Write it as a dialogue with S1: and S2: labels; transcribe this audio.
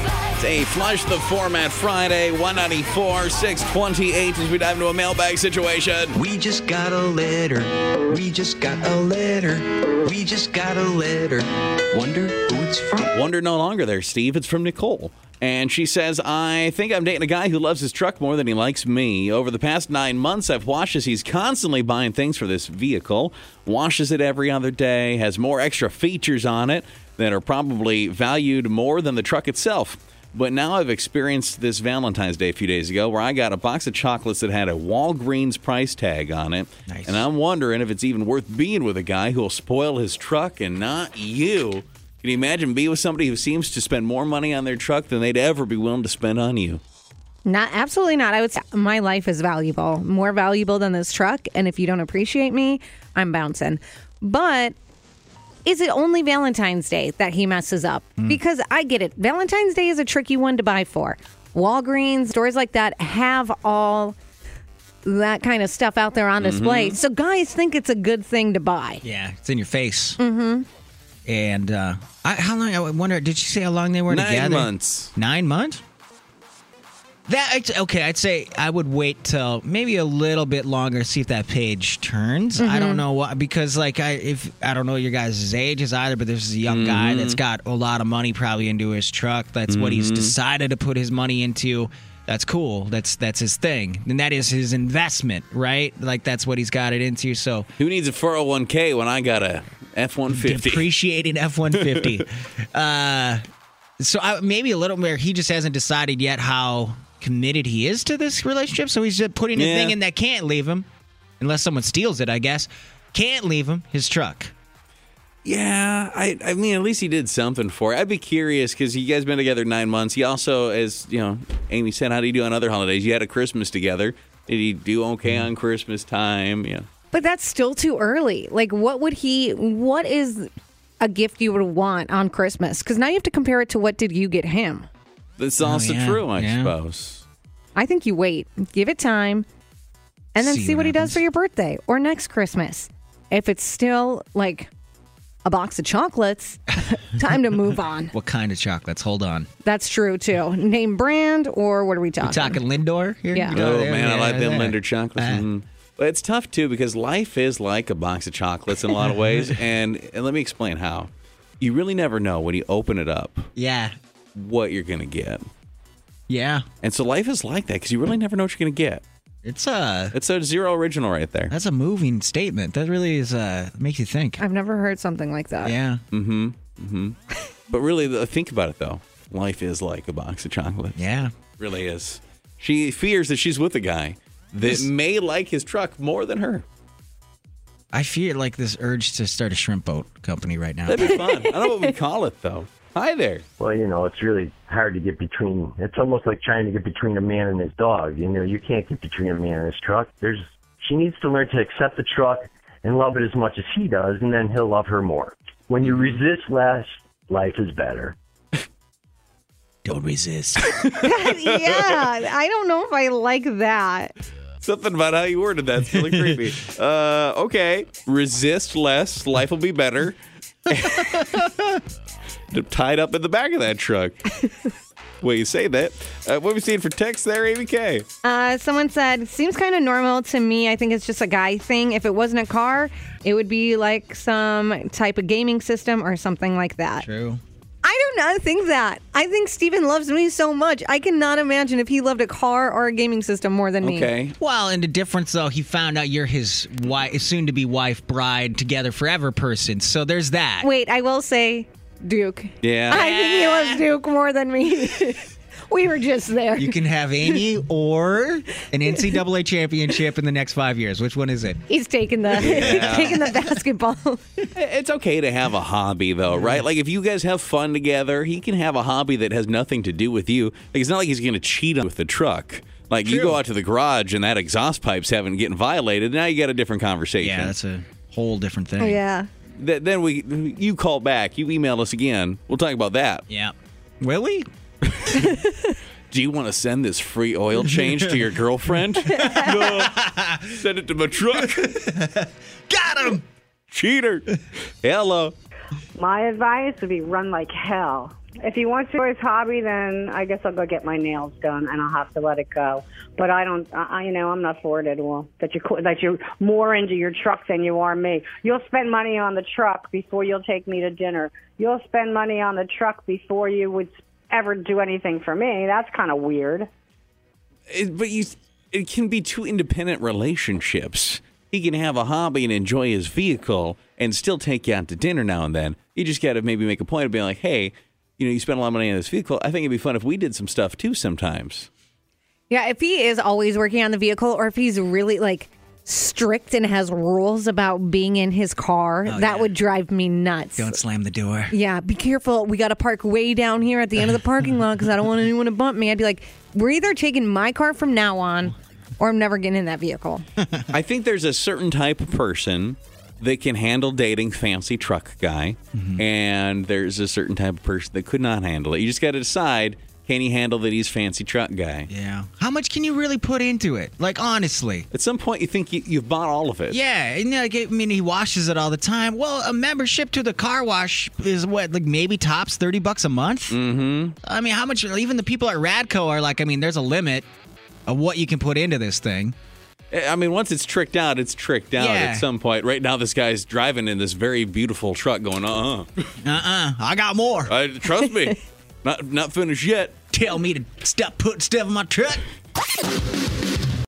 S1: It's a Flush the Format Friday, 194, 628 as we dive into a mailbag situation.
S2: We just got a letter. We just got a letter. We just got a letter. Wonder who it's from.
S1: Wonder no longer there, Steve. It's from Nicole. And she says, I think I'm dating a guy who loves his truck more than he likes me. Over the past nine months, I've watched as he's constantly buying things for this vehicle, washes it every other day, has more extra features on it that are probably valued more than the truck itself. But now I've experienced this Valentine's Day a few days ago where I got a box of chocolates that had a Walgreens price tag on it.
S3: Nice.
S1: And I'm wondering if it's even worth being with a guy who'll spoil his truck and not you. Can you imagine being with somebody who seems to spend more money on their truck than they'd ever be willing to spend on you?
S4: Not absolutely not. I would say my life is valuable, more valuable than this truck. And if you don't appreciate me, I'm bouncing. But is it only Valentine's Day that he messes up? Because I get it. Valentine's Day is a tricky one to buy for. Walgreens, stores like that have all that kind of stuff out there on display. So guys think it's a good thing to buy.
S3: Yeah, it's in your face. Mm-hmm. And uh, I, how long? I wonder. Did she say how long they were
S1: Nine
S3: together?
S1: months.
S3: Nine months. That it's- okay. I'd say I would wait till maybe a little bit longer, see if that page turns. I don't know why because like I if I don't know your guys' ages either, but this is a young
S1: Mm-hmm.
S3: guy that's got a lot of money probably into his truck. That's what
S1: Mm-hmm.
S3: he's decided to put his money into. That's cool. That's that's his thing, and that is his investment, right? Like that's what he's got it into. So
S1: Who needs a 401k when I got a F 150?
S3: depreciating F one fifty. Uh, So I, maybe a little where he just hasn't decided yet how committed he is to this relationship. So he's just putting a
S1: Yeah.
S3: thing in that can't leave him, unless someone steals it. I guess can't leave him his truck.
S1: Yeah, I, I mean, at least he did something for it. I'd be curious because you guys been together nine months. He also, as you know, Amy said, how do you do on other holidays? You had a Christmas together. Did he do okay
S3: Mm.
S1: on Christmas time? Yeah.
S4: But that's still too early. Like, what would he? What is a gift you would want on Christmas? Because now you have to compare it to what did you get him.
S1: That's also
S3: Oh, yeah,
S1: true, I
S3: yeah.
S1: suppose.
S4: I think you wait, give it time, and then
S3: See
S4: see,
S3: what
S4: what, he
S3: happens.
S4: does for your birthday or next Christmas. If it's still like a box of chocolates, time to move on.
S3: What kind of chocolates? Hold on.
S4: That's true too. Name brand or what are we talking?
S3: Talking Lindor here.
S4: Yeah.
S3: You go
S1: Oh,
S3: there,
S1: man, I
S3: yeah,
S1: like them
S3: there.
S1: Linder chocolates.
S3: Uh,
S1: Mm. But it's tough too because life is like a box of chocolates in a lot of ways. and, and let me explain how. You really never know when you open it up
S3: Yeah,
S1: what you're going to get.
S3: yeah.
S1: And so life is like that because you really never know what you're going to get.
S3: It's a
S1: It's a zero original right there.
S3: that's a moving statement. That really is uh makes you think.
S4: I've never heard something like that.
S3: Yeah.
S1: But really, th- think about it though. Life is like a box of chocolates.
S3: Yeah.
S1: Really is. She fears that she's with a guy that may like his truck more than her.
S3: I feel like this urge to start a shrimp boat company right now.
S1: That'd be fun. I don't know what we call it though. Hi there.
S5: Well, you know, it's really hard to get between. It's almost like trying to get between a man and his dog. You know, you can't get between a man and his truck. There's she needs to learn to accept the truck and love it as much as he does, and then he'll love her more. When you resist less, life is better.
S3: Don't resist.
S4: yeah. I don't know if I like that.
S1: Something about how you worded that's really creepy. Uh, okay, resist less, life will be better. Tied up in the back of that truck. Well, you say that. Uh, what we seeing for text there, ABK?
S4: Uh, someone said, seems kind of normal to me. I think it's just a guy thing. If it wasn't a car, it would be like some type of gaming system or something like that.
S3: True.
S4: I do not think that. I think Steven loves me so much. I cannot imagine if he loved a car or a gaming system more than me.
S1: Okay.
S3: Well, and the difference though, he found out you're his wife, soon to be wife, bride, together forever person. So there's that.
S4: Wait, I will say Duke.
S1: Yeah.
S4: I think he loves Duke more than me. we were just there.
S3: You can have Amy or an NCAA championship in the next five years. Which one is it?
S4: He's taking the taking the basketball.
S1: It's okay to have a hobby, though, right? Like, if you guys have fun together, he can have a hobby that has nothing to do with you. Like, it's not like he's going to cheat with the truck. Like, you go out to the garage and that exhaust pipe's having getting violated. Now you got a different conversation.
S3: Yeah, that's a whole different thing.
S4: Oh, yeah.
S1: Th- then we, you call back, you email us again. We'll talk about that.
S3: Yeah. Willie?
S1: Do you want to send this free oil change to your girlfriend? no. Send it to my truck.
S3: Got him.
S1: Cheater. Hello.
S6: My advice would be run like hell. If he wants to do his hobby, then I guess I'll go get my nails done, and I'll have to let it go. But I don't, I, I- you know, I'm not for it at all. That you're qu- that you're more into your truck than you are me. You'll spend money on the truck before you'll take me to dinner. You'll spend money on the truck before you would ever do anything for me. That's kind of weird.
S1: It, but you, it can be two independent relationships. He can have a hobby and enjoy his vehicle and still take you out to dinner now and then. You just got to maybe make a point of being like, hey, you know, you spend a lot of money on this vehicle. I think it'd be fun if we did some stuff too sometimes.
S4: Yeah, if he is always working on the vehicle or if he's really like strict and has rules about being in his car,
S1: Oh,
S4: that would drive me nuts.
S3: Don't slam the door.
S4: Yeah, be careful. We got to park way down here at the end of the parking lot because I don't want anyone to bump me. I'd be like, we're either taking my car from now on or I'm never getting in that vehicle.
S1: I think there's a certain type of person that can handle dating fancy truck guy, and there's a certain type of person that could not handle it. You just got to decide can he handle that he's fancy truck guy?
S3: Yeah. How much can you really put into it? Like honestly.
S1: At some point, you think you, you've bought all of it.
S3: Yeah, and like, I mean, he washes it all the time. Well, a membership to the car wash is what, like maybe tops thirty bucks a month. Mm-hmm. I mean, how much? Even the people at Radco are like, I mean, there's a limit of what you can put into this thing.
S1: Eh, I mean, once it's tricked out, it's tricked out
S3: Yeah.
S1: at some point. Right now, this guy's driving in this very beautiful truck going, uh uh
S3: Uh, uh I got more.
S1: I Trust me, not, not finished yet.
S3: Tell me to stop putting stuff in my truck.